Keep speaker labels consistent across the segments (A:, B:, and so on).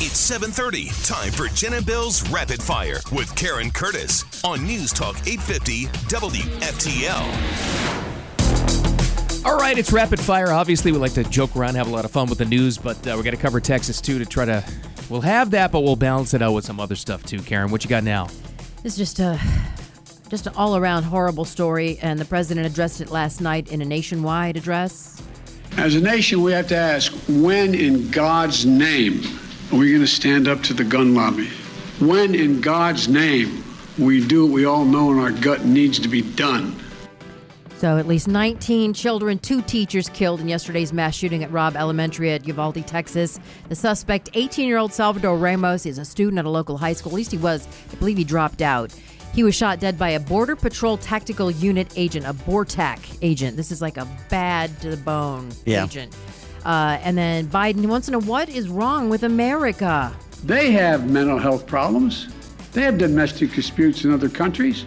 A: It's 7:30. Time for Jen and Bill's Rapid Fire with Karen Curtis on News Talk 850 WFTL.
B: All right, it's rapid fire. Obviously, we like to joke around, have a lot of fun with the news, but uh, we got to cover Texas too to try to. We'll have that, but we'll balance it out with some other stuff too. Karen, what you got now?
C: It's just a just an all-around horrible story, and the president addressed it last night in a nationwide address.
D: As a nation, we have to ask when in God's name are we going to stand up to the gun lobby? When in God's name we do what we all know in our gut needs to be done?
C: So at least 19 children, two teachers killed in yesterday's mass shooting at Robb Elementary at Uvalde, Texas. The suspect, 18-year-old Salvador Ramos, is a student at a local high school. At least he was. I believe he dropped out. He was shot dead by a Border Patrol Tactical Unit agent, a BORTAC agent. This is like a bad to the bone
E: Yeah.
C: agent. Uh, and then Biden wants to know what is wrong with America.
D: They have mental health problems. They have domestic disputes in other countries.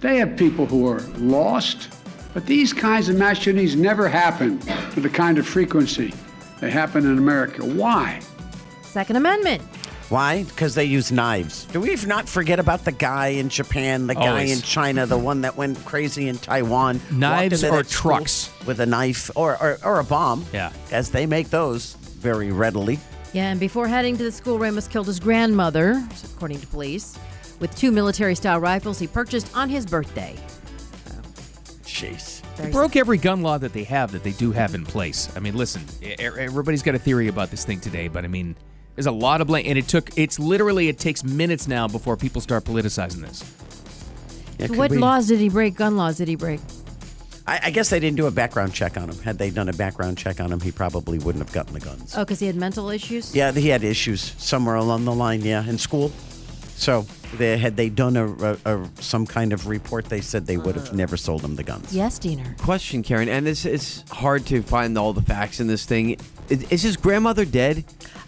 D: They have people who are lost. But these kinds of mass shootings never happen to the kind of frequency they happen in America. Why?
C: Second Amendment.
E: Why? Because they use knives. Do we not forget about the guy in Japan, the guy
B: Always.
E: in China, the one that went crazy in Taiwan? walked
B: Knives
E: into
B: or
E: that school
B: trucks?
E: With a knife or, or, or a bomb.
B: Yeah.
E: As they make those very readily.
C: Yeah, and before heading to the school, Ramos killed his grandmother, according to police, with two military style rifles he purchased on his birthday.
E: Jeez.
B: They broke every gun law that they have that they do have in place. I mean, listen, e- e- everybody's got a theory about this thing today, but I mean, there's a lot of blame, and it took. It's literally it takes minutes now before people start politicizing this.
E: Yeah,
C: So
E: could
C: what
E: we-
C: laws did he break? Gun laws did he break?
E: I, I guess they didn't do a background check on him. Had they done a background check on him, he probably wouldn't have gotten the guns.
C: Oh, because he had mental issues?
E: Yeah, he had issues somewhere along the line. Yeah, in school. So they, had they done a, a, a some kind of report, they said they would have never sold him the guns.
C: Yes, Diener.
F: Question, Karen, and it's it's hard to find all the facts in this thing. Is, is his grandmother dead?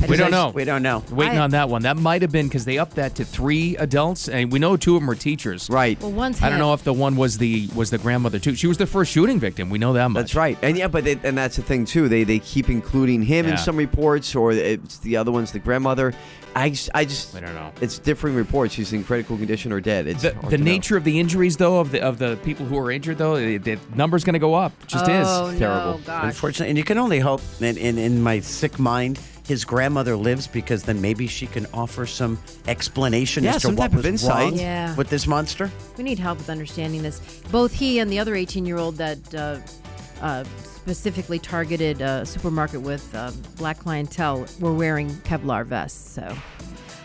B: We don't know.
E: We don't know.
B: Waiting
C: I-
B: on that one. That might have been because they upped that to three adults, and we know two of them are teachers.
F: Right.
C: Well, one's
B: I don't
C: him.
B: know if the one was the was the grandmother too. She was the first shooting victim. We know that much.
F: That's right, and yeah, but they, and that's the thing too. They they keep including him
B: Yeah.
F: in some reports, or it's the other one's the grandmother. I just, I just
B: We don't know.
F: It's differing reports. She's in critical condition or dead. It's
B: The,
F: hard
B: the
F: to know.
B: nature of the injuries, though, of the of the people who are injured, though, the, the number's going to go up. It just
C: oh,
B: is.
C: no, gosh.
E: Unfortunately, and you can only hope. And in, in my sick mind, his grandmother lives because then maybe she can offer some explanation as
F: Yeah,
E: to
F: some
E: what
F: type of
E: was
F: insight.
E: wrong
C: Yeah.
E: with this monster.
C: We need help with understanding this. Both he and the other 18 year old that uh, uh, specifically targeted a supermarket with uh, black clientele were wearing Kevlar vests. So.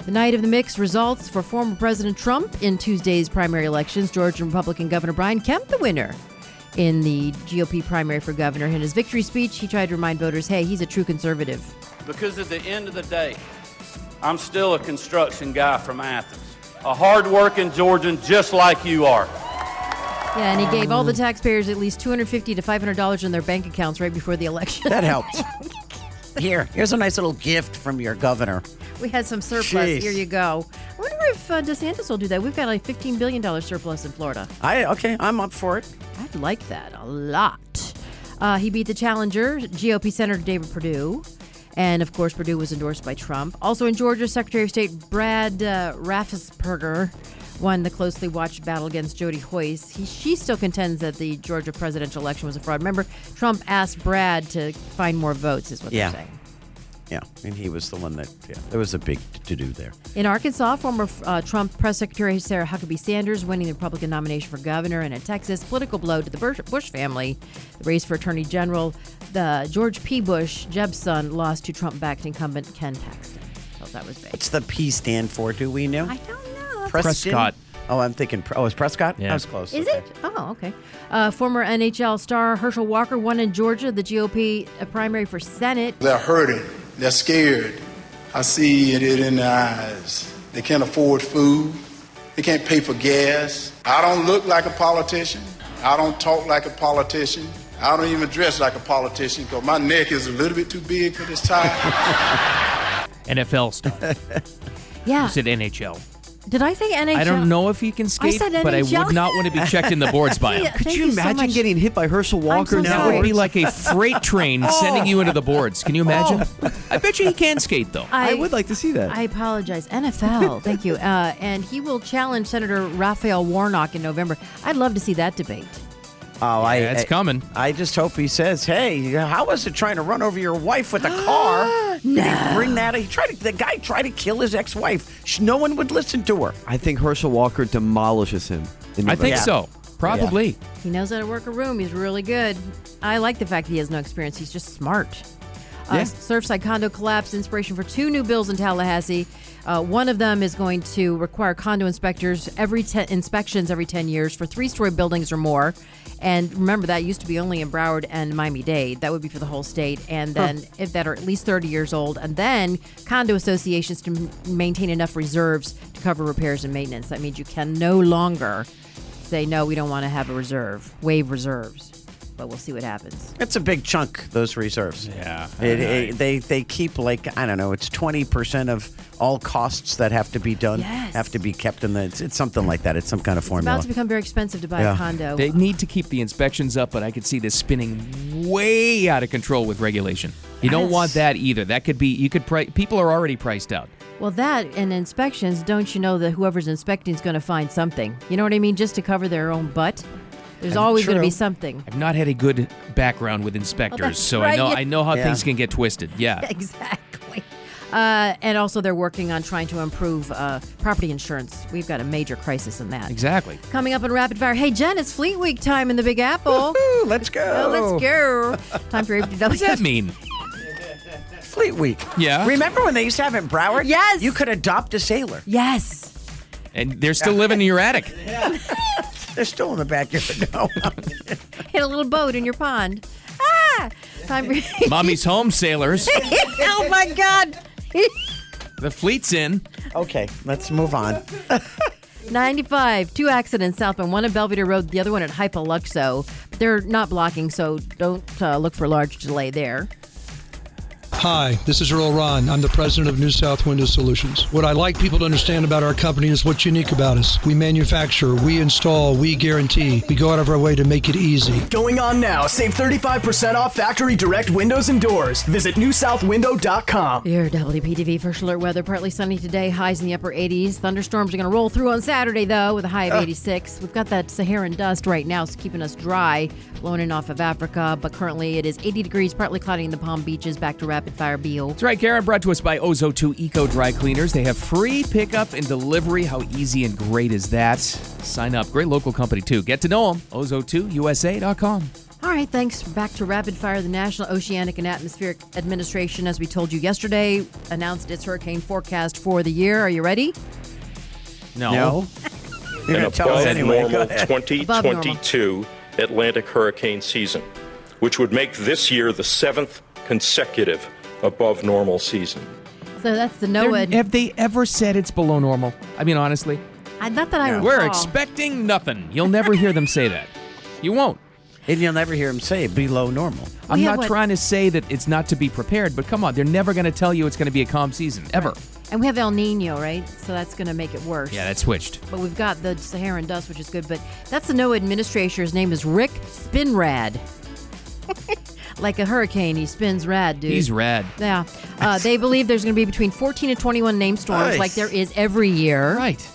C: The night of the mix results for former President Trump in Tuesday's primary elections. Georgia Republican Governor Brian Kemp, the winner in the GOP primary for governor. In his victory speech, he tried to remind voters hey, he's a true conservative.
G: Because at the end of the day, I'm still a construction guy from Athens, a hard-working Georgian just like you are.
C: Yeah, and he gave all the taxpayers at least $250 to $500 in their bank accounts right before the election.
E: That helps. Here, here's a nice little gift from your governor.
C: We had some surplus.
E: Jeez.
C: Here you go. I wonder if uh, DeSantis will do that. We've got like $15 billion surplus in Florida.
E: I okay, I'm up for it.
C: I'd like that a lot. Uh, he beat the challenger, GOP Senator David Perdue. And of course, Perdue was endorsed by Trump. Also in Georgia, Secretary of State Brad uh, Raffensperger won the closely watched battle against Jody Hoyce. He, she still contends that the Georgia presidential election was a fraud. Remember, Trump asked Brad to find more votes, is what
E: Yeah.
C: they're saying.
E: Yeah, and he was the one that. Yeah, there was a big to do there.
C: In Arkansas, former uh, Trump press secretary Sarah Huckabee Sanders winning the Republican nomination for governor, and in Texas, political blow to the Bush- Bush family. The race for attorney general, the George P. Bush, Jeb's son, lost to Trump-backed incumbent Ken Paxton. So that was big.
E: What's the P stand for? Do we know?
C: I don't know. That's-
E: Preston?
B: Prescott.
E: Oh, I'm thinking. Pre- Oh, it's Prescott.
B: Yeah.
E: I was close.
C: Is
E: okay.
C: it? Oh, okay. Uh, former NHL star Herschel Walker won in Georgia the GOP primary for Senate.
H: They're hurting. They're scared. I see it in their eyes. They can't afford food. They can't pay for gas. I don't look like a politician. I don't talk like a politician. I don't even dress like a politician because my neck is a little bit too big for this tie.
B: NFL stuff.
C: Yeah.
B: You said NHL.
C: Did I say NHL?
B: I don't know if he can skate,
C: said
B: but I
C: NHL.
B: would not want to be checking the boards by him.
C: Yeah.
F: Could
C: Thank
F: you
C: you so
F: imagine
C: much.
F: getting hit by Herschel Walker
C: so
B: That
F: now?
C: sorry.
B: would be like a freight train
C: Oh.
B: sending you into the boards. Can you imagine? I bet you he can skate though.
F: I would like to see that.
C: I apologize. NFL, thank you. Uh, and he will challenge Senator Raphael Warnock in November. I'd love to see that debate.
E: Oh, I,
B: Yeah, it's
E: I-
B: coming.
E: I just hope he says, "Hey, how was it trying to run over your wife with a car?" no. Bring that. He tried to, the guy tried to kill his ex-wife. She, no one would listen to her.
F: I think Herschel Walker demolishes him. in
B: I think
F: November.
B: so. Probably.
C: He knows how to work a room. He's really good. I like the fact that he has no experience. He's just smart. Uh,
B: Yeah.
C: Surfside condo collapse, inspiration for two new bills in Tallahassee. Uh, one of them is going to require condo inspectors every ten, inspections every 10 years for three-story buildings or more. And remember, that used to be only in Broward and Miami-Dade. That would be for the whole state. And then if that are at least 30 years old. And then condo associations to m- maintain enough reserves to cover repairs and maintenance. That means you can no longer say no we don't want to have a reserve waive reserves but we'll see what happens
E: That's a big chunk. Those reserves.
B: Yeah.
E: It, it- they they keep like I don't know. It's twenty percent of all costs that have to be done
C: Yes.
E: have to be kept in the. It's, it's something like that. It's some kind of
C: it's
E: formula.
C: about to become very expensive to buy a
E: Yeah.
C: condo
B: They need to keep the inspections up, but I could see this spinning way out of control with regulation. You don't
C: Yes.
B: want that either. That could be you could price people are already priced out.
C: well that and inspections don't you know that whoever's inspecting is going to find something you know what i mean just to cover their own butt there's always going to be
B: true.
C: something
B: I've not had a good background with inspectors,
C: that's
B: so I
C: right.
B: know
C: You-
B: I know how
E: Yeah.
B: things can get twisted. Yeah.
C: exactly uh, and also they're working on trying to improve uh, property insurance we've got a major crisis in that
B: Exactly.
C: coming up in rapid fire hey jen it's fleet week time in the big apple
E: Woo, let's go.
C: Oh, let's go time for ABW.
B: What does that mean?
E: Fleet Week.
B: Yeah.
E: Remember when they used to have it in Broward?
C: Yes.
E: You could adopt a sailor.
C: yes
B: And they're still living in your attic.
E: They're still in the backyard now.
C: hit a little boat in your pond. Ah! Time for-
B: Mommy's home sailors.
C: oh my God!
B: The fleet's in.
E: okay, let's move on.
C: 95, two accidents southbound, one at Belvedere Road, the other one at Hypaluxo. They're not blocking, so don't uh, look for large delay there.
I: Hi, this is Earl Ron. I'm the president of New South Window Solutions. What I like people to understand about our company is what's unique about us. We manufacture, we install, we guarantee. We go out of our way to make it easy.
J: Going on now. Save 35% off factory direct windows and doors. Visit newsouthwindow.com.
C: Your WPTV First Alert weather, partly sunny today, highs in the upper 80s. Thunderstorms are going to roll through on Saturday, though, with a high of 86. We've got that Saharan dust right now, it's keeping us dry, blowing in off of Africa, but currently it is 80 degrees, partly cloudy in the Palm Beaches, back to rapid fire Beale.
B: That's right, Karen. Brought to us by Ozo2 Eco Dry Cleaners. They have free pickup and delivery. How easy and great is that? Sign up. Great local company, too. Get to know them. Ozo2USA.com.
C: All right, thanks. Back to rapid fire. The National Oceanic and Atmospheric Administration, as we told you yesterday, announced its hurricane forecast for the year. Are you ready?
B: No.
E: No. You're going to tell us anyway. Go ahead.
C: Above normal.
K: 2022 Atlantic hurricane season, which would make this year the seventh consecutive above normal season.
C: So that's the
B: They're-
C: NOAA.
B: Have they ever said it's below normal? I mean, honestly,
C: I- not that I recall.
B: we're expecting nothing. You'll never hear them say that. You won't.
E: And you'll never hear him say it below normal.
B: I'm
C: yeah,
B: not
C: what-
B: trying to say that it's not to be prepared, but come on, they're never going to tell you it's going to be a calm season ever.
C: And we have El Nino, right? So that's going to make it worse.
B: Yeah, that switched.
C: But we've got the Saharan dust, which is good. But that's the NOAA administrator. His name is Rick Spinrad. like a hurricane, he spins rad, dude.
B: He's rad.
C: Yeah. Uh, they believe there's going to be between 14 and 21 name storms,
E: Nice.
C: like there is every year.
B: Right.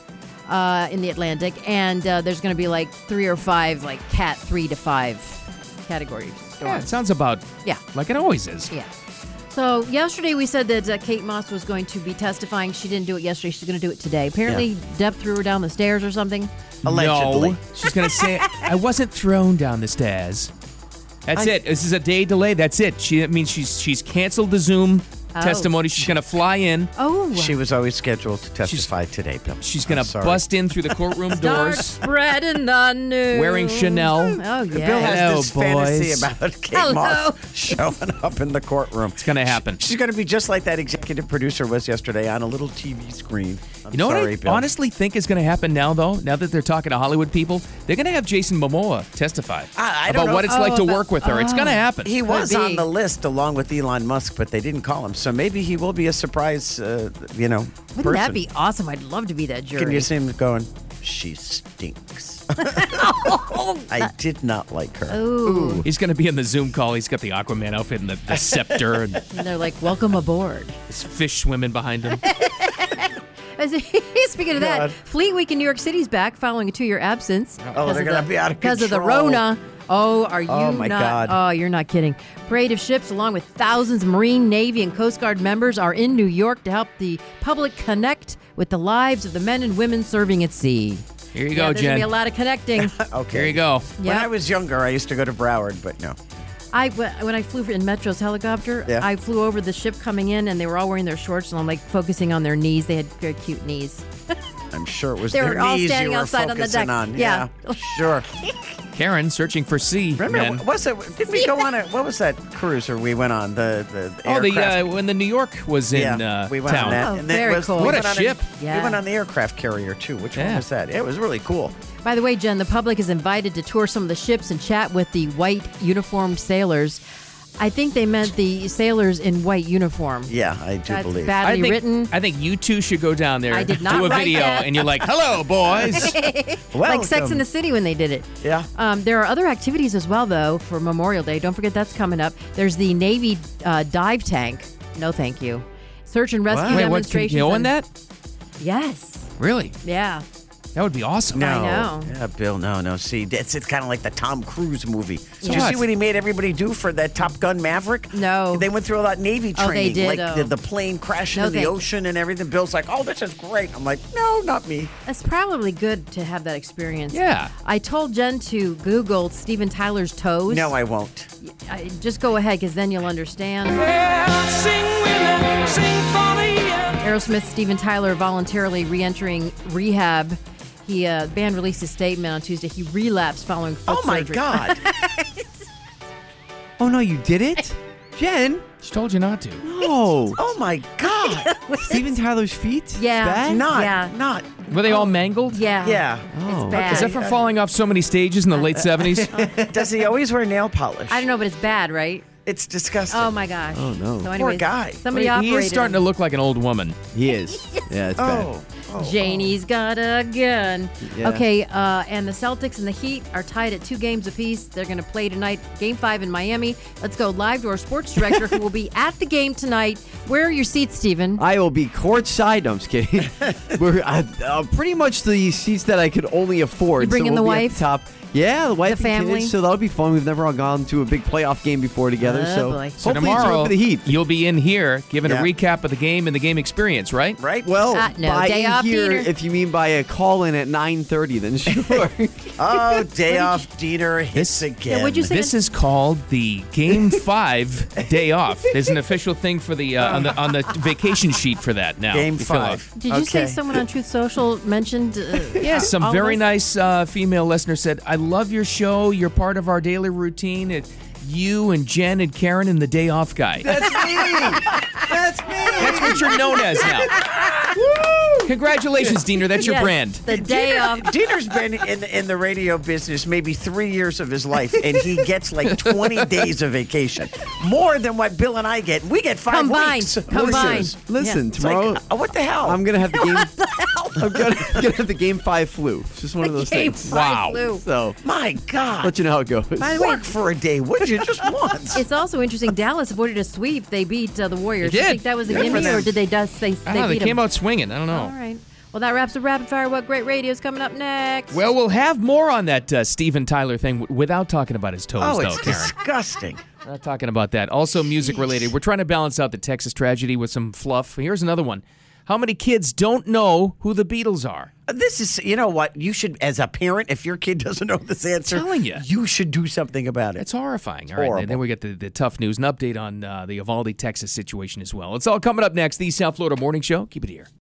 C: uh, in the Atlantic, and uh, there's going to be like three or five, like cat three to five categories.
B: Yeah, it sounds about
C: Yeah.
B: like it always is.
C: Yeah. So yesterday we said that uh, Kate Moss was going to be testifying. She didn't do it yesterday. She's going to do it today. Apparently, Deb threw her down the stairs or something.
E: Allegedly.
B: No, she's gonna say I wasn't thrown down the stairs. That's it. This is a day delay. That's it. She that means she's she's canceled the Zoom
C: Oh.
B: testimony. She's gonna fly in.
C: Oh,
E: She was always scheduled to testify today, Bill.
B: She's
E: I'm
B: gonna
E: sorry.
B: bust in through the courtroom
C: dark
B: doors
C: spread in the news.
B: wearing Chanel.
C: Oh yeah.
E: Bill has
B: Hello,
E: this fantasy
B: boys.
E: about Kate
C: Hello.
E: Moss showing up in the courtroom. It's
B: gonna happen.
E: She's going to be just like that executive producer was yesterday on a little TV screen. I'm
B: You know
E: sorry,
B: what I
E: Bill.
B: honestly think is going to happen now, though. Now that they're talking to Hollywood people, they're going to have Jason Momoa testify
E: I- I don't
B: about
E: know
B: what
E: if-
B: it's like
C: Oh,
B: to
C: about-
B: work with her. It's going to happen.
E: He was
C: be.
E: on the list along with Elon Musk, but they didn't call him. so maybe he will be a surprise, uh, you know,
C: Wouldn't
E: person.
C: that be awesome? I'd love to be that jury.
E: Can you see him going, she stinks.
C: Oh,
E: I did not like her.
C: Ooh.
B: He's going to be in the Zoom call. He's got the Aquaman outfit and the, the scepter and
C: And they're like, welcome aboard.
B: his fish swimming behind him.
C: As- Speaking of that,
B: God.
C: Fleet Week in New York City's back following a two-year absence.
E: Oh, they're gonna be out of
C: Because of the
E: control.
C: Rona. Oh, are you
E: Oh, my
C: not?
E: God.
C: Oh, you're not kidding. Parade of ships, along with thousands of Marine, Navy, and Coast Guard members, are in New York to help the public connect with the lives of the men and women serving at sea.
B: Here you
C: yeah,
B: go,
C: there's gonna
B: Jen.
C: be a lot of connecting.
E: Okay.
B: Here you go.
E: When
C: Yeah.
E: I was younger, I used to go to Broward, but no.
C: I when I flew in Metro's helicopter,
E: Yeah.
C: I flew over the ship coming in, and they were all wearing their shorts, and I'm like focusing on their knees. They had very cute knees.
E: I'm sure it was
C: They
E: their
C: were all
E: knees
C: standing
E: you were
C: outside on the
E: focusing
C: deck.
E: on.
C: Yeah.
E: sure.
B: Karen searching for sea.
E: Remember,
B: men.
E: what was it? Did we go on a what was that cruiser we went on? The the,
B: Oh, the uh,
E: aircraft-
B: when the New York was in
E: yeah,
B: uh,
E: we went
B: town.
E: on that. and then it was, we
B: What
E: went
B: a
E: on
B: ship!
C: Oh, Yeah.
E: We went on the aircraft carrier too. Which
B: Yeah.
E: one was that? It was really cool.
C: By the way, Jen, the public is invited to tour some of the ships and chat with the white uniformed sailors. I think they meant the sailors in white uniform.
E: Yeah, I do
C: That's
E: believe.
C: badly
B: I think,
C: written.
B: I think you two should go down there.
C: I did not
B: do a
C: write
B: video,
C: that.
B: and you're like, "Hello, boys."
C: like Sex in the City when they did it.
E: Yeah.
C: Um, there are other activities as well, though, for Memorial Day. Don't forget that's coming up. There's the Navy uh, dive tank. No, thank you. Search and rescue
B: Wait, what? Can
C: demonstrations.
B: you own
C: and-
B: that?
C: Yes.
B: Really?
C: Yeah.
B: That would be awesome.
E: No.
C: know.
E: Yeah, Bill, no, no. See, that's it's kind of like the Tom Cruise movie. Did you
B: what?
E: see what he made everybody do for that Top Gun Maverick?
C: No.
E: They went through all that Navy
C: Oh, they
E: training.
C: did,
E: Like
C: oh.
E: the, the plane crashing
C: No
E: in the
C: thanks.
E: ocean and everything. Bill's like, oh, this is great. I'm like, no, not me.
C: It's probably good to have that experience.
B: Yeah.
C: I told Jen to Google Steven Tyler's toes.
E: No, I won't.
C: I, just go ahead because then you'll understand. Aerosmith Steven Tyler voluntarily re entering rehab. He uh, the band released a statement on Tuesday. He relapsed following foot
E: Oh, my
C: surgery.
E: God.
F: Oh no, you did it, Jen.
B: She told you not to.
F: No,
E: oh, my God.
F: Steven Tyler's feet.
C: Yeah.
F: Bad?
E: Not,
C: Yeah. Uh,
E: not.
B: Were they all mangled?
C: Oh, Yeah.
E: Yeah.
F: Oh.
C: It's bad.
B: Is that from falling off so many stages in the late seventies?
E: Does he always wear nail polish?
C: I don't know, but it's bad, right?
E: It's disgusting.
C: Oh my gosh.
F: Oh, no.
C: So
F: Poor
C: anyways,
E: guy.
C: Somebody
B: he
C: operated.
B: is starting to
C: him.
B: look like an old woman.
F: He is. Yeah, it's bad.
E: Oh. oh.
C: Janie's got a gun.
F: Yeah.
C: Okay, uh, and the Celtics and the Heat are tied at two games apiece. They're going to play tonight, Game Five in Miami. Let's go live to our sports director, who will be at the game tonight. Where are your seats, Steven?
F: I will be courtside. No, I'm just kidding. We're uh, uh, pretty much the seats that I could only afford.
C: You bringing
F: so
C: the
F: we'll be at
C: wife?
F: top. Yeah, the wife,
C: The
F: and kids,
C: family?
F: so that'll be fun. We've never all gone to a big playoff game before together.
C: Oh,
F: so
B: So
C: boy.
F: hopefully it's
B: tomorrow
F: one for the Heat.
B: you'll be in here giving
E: Yeah.
B: a recap of the game and the game experience, right?
E: Right?
F: Well,
C: Uh, no,
F: by
C: day
F: in
C: off
F: here,
C: Dieter.
F: if you mean by a call in at 9:30, then sure.
E: Oh, day off Dieter hits
B: This-
E: again.
C: what'd you say?
B: This is called the Game Five Day Off. There's an official thing for the uh, on the on the vacation sheet for that now.
E: Game
B: You fill out.
E: five.
C: Did Oh, you say
E: Okay.
C: someone on Truth Social mentioned? Uh,
B: Yeah, some
C: all of
B: very
C: us?
B: nice uh, female listener said, "I love your show. You're part of our daily routine. It, you and Jen and Karen and the Day Off guy. That's
F: That's me.
B: what you're known as now. Congratulations, Diener. That's your
C: Yes,
B: brand.
C: The day off.
E: Dieter's been in the, in the radio business maybe three years of his life, and he gets like 20 days of vacation, more than what Bill and I get. We get five
C: Combined.
E: weeks.
C: Combined.
E: It's
F: Listen,
E: like,
F: tomorrow
E: uh, what the hell?
F: I'm gonna have the game. I'm gonna, gonna have the game five flu. It's just one of those
C: Game
F: things.
C: five Wow. flu.
F: So
E: My God.
F: let you know how it goes.
E: Work for a day, would you? Just once.
C: It's also interesting. Dallas avoided a sweep. They beat uh, the Warriors.
B: They
C: You
B: did.
C: think that was a
B: Good for
C: gimme, or
B: them.
C: did they just they, they
B: I don't know.
C: beat
B: Ah, They came
C: them?
B: out swinging. I don't know.
C: All right. Well, that wraps the rapid fire. What great radio is coming up next?
B: Well, we'll have more on that uh, Steven Tyler thing w- without talking about his toes,
E: oh,
B: though,
E: it's
B: Karen.
E: disgusting.
B: We're not talking about that. Also, music related. We're trying to balance out the Texas tragedy with some fluff. Here's another one. How many kids don't know who the Beatles are?
E: Uh, This is, you know what? You should, as a parent, if your kid doesn't know this answer,
B: telling ya.
E: you should do something about it.
B: It's horrifying. all right,
E: horrible.
B: then we get the, the tough news and update on uh, the Uvalde, Texas situation as well. It's all coming up next. The South Florida Morning Show. Keep it here.